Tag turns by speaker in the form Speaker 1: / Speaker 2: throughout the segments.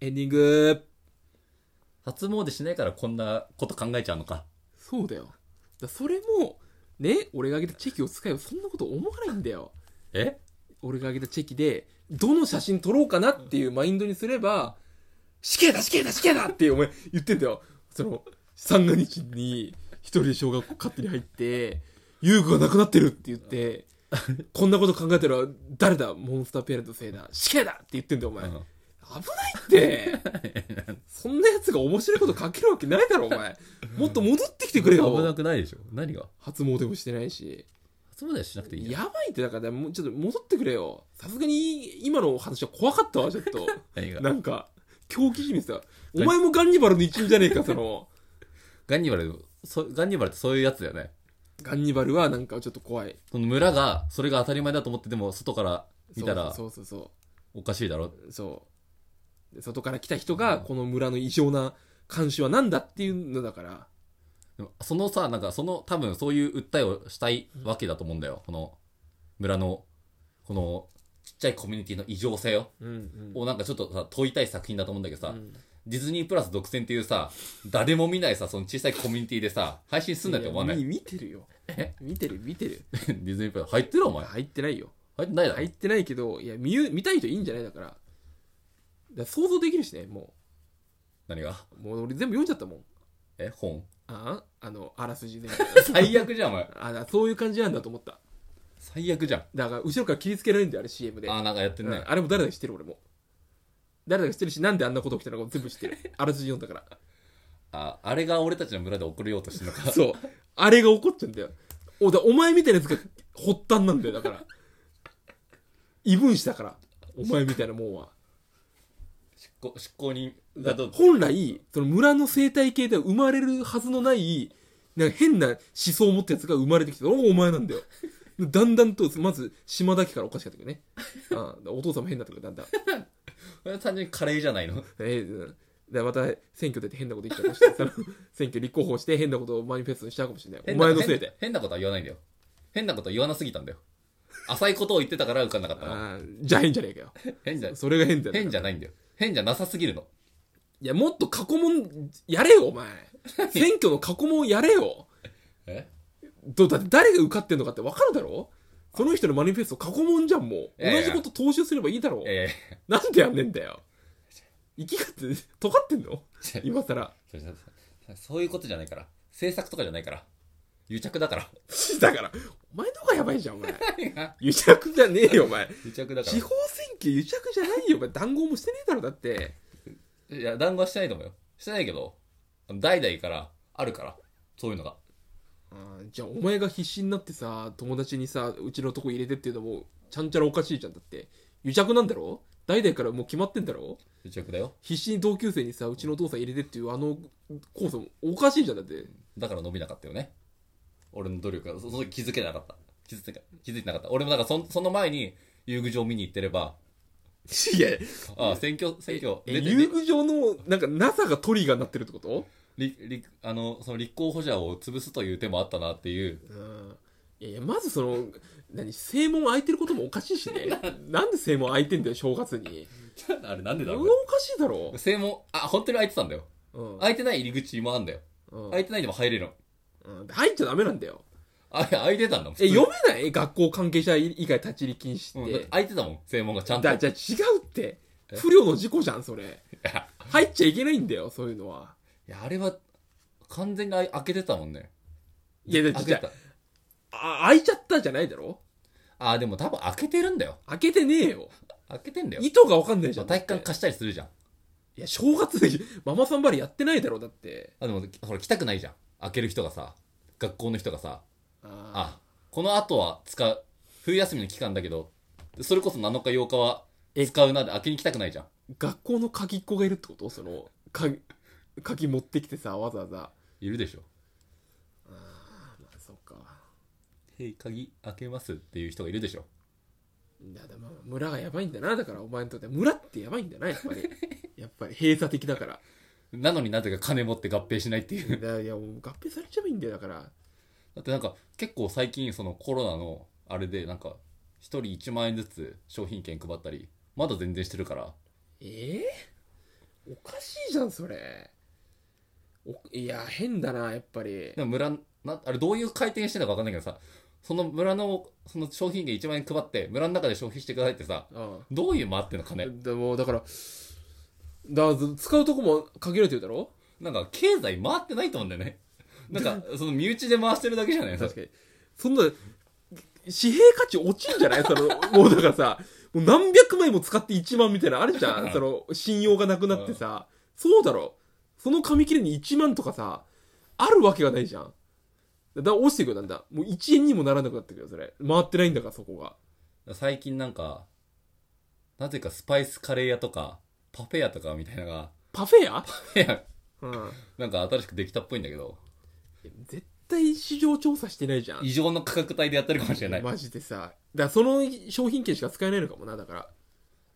Speaker 1: エンディング
Speaker 2: 初詣しないからこんなこと考えちゃうのか。
Speaker 1: そうだよ。だそれも、ね、俺があげたチェキを使えばそんなこと思わないんだよ。
Speaker 2: え
Speaker 1: 俺があげたチェキで、どの写真撮ろうかなっていうマインドにすれば、死刑だ死刑だ死刑だってお前言ってんだよ。その、三が日に一人で小学校勝手に入って、遊具がなくなってるって言って、こんなこと考えたら誰だモンスターペアレント制だ死刑だって言ってんだよお前。
Speaker 2: うん
Speaker 1: 危ないって。そんな奴が面白いこと書けるわけないだろお前。もっと戻ってきてくれ
Speaker 2: 危な
Speaker 1: よ。
Speaker 2: くないでしょ。何が
Speaker 1: 初詣もしてないし。
Speaker 2: 初詣はしなくていいじゃん。
Speaker 1: やばいってだからもうちょっと戻ってくれよさすがに今の話は怖かったわちょっと
Speaker 2: 何が
Speaker 1: なんか狂気じみさお前もガンニバルの一員じゃねえかその
Speaker 2: ガンニバル、そガンニバルってそういうやつだよね。
Speaker 1: ガンニバルはなんかちょっと怖い
Speaker 2: その村が、それが当たり前だと思ってても、外から見たら
Speaker 1: そうそうそう
Speaker 2: おかしいだろ。
Speaker 1: そうそうで外から来た人がこの村の異常な監視は何だっていうのだから
Speaker 2: でもそのさ、なんかその、多分そういう訴えをしたいわけだと思うんだよ。この、村の、この、ちっちゃいコミュニティの異常性を、
Speaker 1: うん
Speaker 2: をなんかちょっとさ、問いたい作品だと思うんだけどさ、
Speaker 1: うん
Speaker 2: ディズニープラス独占っていうさ、誰も見ないさ、その小さいコミュニティでさ、配信すんなって思わない。
Speaker 1: 見てるよ
Speaker 2: え
Speaker 1: 見てる見てる
Speaker 2: ディズニープラス入ってるお前。
Speaker 1: 入ってないよ
Speaker 2: 入ってないだろ
Speaker 1: 入ってないけどいや見ゆ見たい人いいんじゃないだからだから想像できるしねも
Speaker 2: 何が
Speaker 1: うもう俺全部読んじゃったもん
Speaker 2: え本
Speaker 1: あああの、あらすじで。
Speaker 2: 最悪じゃん、お前。
Speaker 1: あだそういう感じなんだと思った。
Speaker 2: 最悪じゃん。
Speaker 1: だから、後ろから切りつけられるんだよ、あれ CM で。
Speaker 2: あー、なんかやって
Speaker 1: うんん
Speaker 2: ね。
Speaker 1: あれも誰だか知ってる、俺も。誰だか知ってるし、なんであんなこと起きたのかも全部知ってる。あらすじ読んだか
Speaker 2: ああれが俺たちの村で送れようとしてるの か。
Speaker 1: ら。そう。あれが起こっちゃうんだよ。おだお前みたいなやつが発端なんだよ、だから。異分子だから。お前みたいなもんは。
Speaker 2: 執行、執行人がどう
Speaker 1: 本来、その村の生態系では生まれるはずのない、なんか変な思想を持ったやつが生まれてきて、おお前なん だよ。だんだんと、まず、島だけからおかしかったけどね。ああお父さんも変だったから、だんだん。
Speaker 2: これ単純にカレーじゃない の
Speaker 1: えーうんでまた選挙出て変なこと言っちゃうか もしれない。その選挙立候補して変なことをマニフェストにしちゃうかもしれない。お前のせいで。
Speaker 2: 変な変なことは言わないんだよ。変なことは言わなすぎたんだよ。浅いことを言ってたから受かんなかったの。
Speaker 1: ああじゃあ変じゃねえかよ。
Speaker 2: 変じゃ、
Speaker 1: それが変だよ。
Speaker 2: 変じゃないんだよ。変じゃなさすぎるの。
Speaker 1: いや、もっと過去問、やれよ、お 前。選挙の過去問やれよ。
Speaker 2: え
Speaker 1: どうだって誰が受かってんのかって分かるだろその人のマニフェスト過去問じゃんもう
Speaker 2: いやい
Speaker 1: 同
Speaker 2: や
Speaker 1: じこと踏襲すればいいだろ
Speaker 2: え
Speaker 1: なんでやんねんだよ生き方尖ってんの
Speaker 2: ー
Speaker 1: 今更ら
Speaker 2: そうそうそうそういうことじゃないから。制作とかじゃないから。癒着だから。
Speaker 1: だからお前の方がやばいじゃんお前癒着じゃねえよお前
Speaker 2: 癒着だか
Speaker 1: 地方選挙癒着じゃないよお前談合もしてねえだろだって
Speaker 2: ら。いや、談合はしてないと思うよ。してないけど、代々から、あるから。そういうのが。
Speaker 1: あーじゃあお前が必死になってさ友達にさうちのとこ入れてっていうのもちゃんちゃらおかしいじゃんだって癒着なんだろ代々からもう決まってんだろ
Speaker 2: 癒着だよ。
Speaker 1: 必死に同級生にさうちのお父さん入れてっていうあの構想もおかしいじゃんだって
Speaker 2: だから伸びなかったよね。俺の努力が、そその時気づけなかった。気づいて気づいてなかった。俺もなんかそん、その前に、遊具場見に行ってれば、
Speaker 1: いや
Speaker 2: ああ、選挙、選挙、
Speaker 1: え
Speaker 2: 出て
Speaker 1: 遊具場のなんか NASA がトリガーになってるってこと
Speaker 2: りりあの、その立候補者を潰すという手もあったなっていう。
Speaker 1: うんいやいやまずその何正門開いてることもおかしいしね なんで正門開いてんだよ正月に
Speaker 2: あれなんで
Speaker 1: そ
Speaker 2: だ
Speaker 1: れは
Speaker 2: ろう
Speaker 1: お
Speaker 2: こ
Speaker 1: かしいだろ
Speaker 2: れ、正門、あ、本当に開いてたんだよ。
Speaker 1: うん
Speaker 2: 開いてない入り口もあんだよ。
Speaker 1: うん
Speaker 2: 開いてないでも入れるの。
Speaker 1: うん入っちゃダメなんだよ
Speaker 2: あ、開いてたんだもん。
Speaker 1: え読めない学校関係者以外立ち入り禁止
Speaker 2: う
Speaker 1: っ
Speaker 2: んだって
Speaker 1: て、
Speaker 2: 開いてたもん、正門がちゃんと。
Speaker 1: だじゃあ違うって不良の事故じゃんそれ
Speaker 2: や
Speaker 1: 入っちゃいけないんだよそういうのはい
Speaker 2: や、あれは、完全に開開けてたもんね。
Speaker 1: いやだ
Speaker 2: 開
Speaker 1: ってじ
Speaker 2: け
Speaker 1: ゃ
Speaker 2: た。
Speaker 1: ああ開いちゃったじゃないだろ
Speaker 2: あ、でも多分開けてるんだよ。
Speaker 1: 開けてねえよ
Speaker 2: 開けてんだよ。
Speaker 1: 意図が分かんないじゃ
Speaker 2: まあ
Speaker 1: ん
Speaker 2: 体育館貸したりするじゃん。
Speaker 1: いや、正月でママさんばりやってないだろ、だって。
Speaker 2: あ、でも、ほら、来たくないじゃん。開ける人がさ、学校の人がさ、
Speaker 1: あ
Speaker 2: あ、この後は使う。冬休みの期間だけど、それこそ7日8日は
Speaker 1: え
Speaker 2: 使うなで開けに来たくないじゃん。
Speaker 1: 学校の鍵っ子がいるってことその、鍵、鍵持ってきてさ、わざわざ。
Speaker 2: いるでしょ。
Speaker 1: あまあ、そっか。
Speaker 2: へい、鍵開けますっていう人がいるでしょ。
Speaker 1: いや、でも、村がやばいんだな。だから、お前にとって村ってやばいんだな、やっ ぱり。やっぱり、閉鎖的だから。
Speaker 2: なのになぜか金持って合併しないっていう。
Speaker 1: だからいや、もう合併されちゃえばいいんだよ、だから。
Speaker 2: だってなんか、結構最近そのコロナの、あれでなんか、一人1万円ずつ商品券配ったり、まだ全然してるから、
Speaker 1: ええじゃんそれおいや変だなやっぱり
Speaker 2: でも村なあれどういう回転してたか分かんないけどさその村のその商品券1万円配って村の中で消費してくださいってさ
Speaker 1: うん
Speaker 2: どういう回ってんの金
Speaker 1: でもだからだから使うとこも限られてるだろ
Speaker 2: なんか経済回ってないと思うんだよねなんかその身内で回してるだけじゃない
Speaker 1: 確かにそんな紙幣価値落ちんじゃないそのもうだからさもう何百枚も使って1万みたいなのあるじゃんその信用がなくなってさ、そうだろその紙切れに1万とかさあるわけがないじゃんだから落ちていくよなんだもう1円にもならなくなってくよそれ回ってないんだからそこが
Speaker 2: 最近なんかなぜかスパイスカレー屋とかパフェ屋とかみたいなのが
Speaker 1: パフェや、
Speaker 2: いや
Speaker 1: うん、
Speaker 2: なんか新しくできたっぽいんだけど
Speaker 1: 絶対市場調査してないじゃん
Speaker 2: 異常な価格帯でやってるかもしれない、
Speaker 1: マジでさだからその商品券しか使えないのかもなだから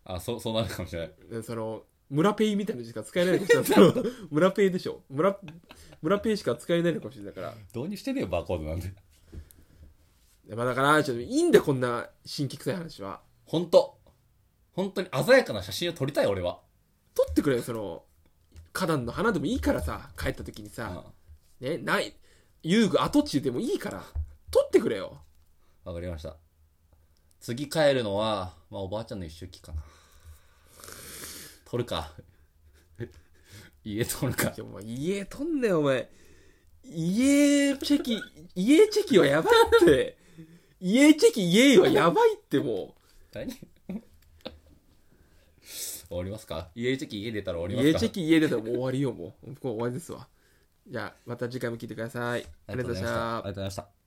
Speaker 2: あそうそうなるかもしれない
Speaker 1: でその村ペイみたいなのしか使えないのかもし れないその村ペイでしょ村村ペイしか使えないのかもしれないだから
Speaker 2: 導入してねえよバーコードなんて
Speaker 1: まあだからちょっといいんだよこんな新規臭い話は
Speaker 2: 本当本当に鮮やかな写真を撮りたい俺は、
Speaker 1: 撮ってくれよその花壇の花でもいいからさ帰った時にさ、ねない遊具跡地でもいいから撮ってくれよ
Speaker 2: わかりました次帰るのは、まあ、おばあちゃんの一周忌かな撮るか家撮るか
Speaker 1: でもお前家撮んなよお前家チェキ家チェキはやばいって家チェキ家はやばいっても
Speaker 2: 何終わりますか家チェキ家出たら
Speaker 1: う
Speaker 2: 終わり
Speaker 1: 家
Speaker 2: ます
Speaker 1: チェ
Speaker 2: か
Speaker 1: キ家出たらもう終わりよもうもう終わりですわじゃあまた次回も聞いてくださいありがとうございました
Speaker 2: ありがとうございました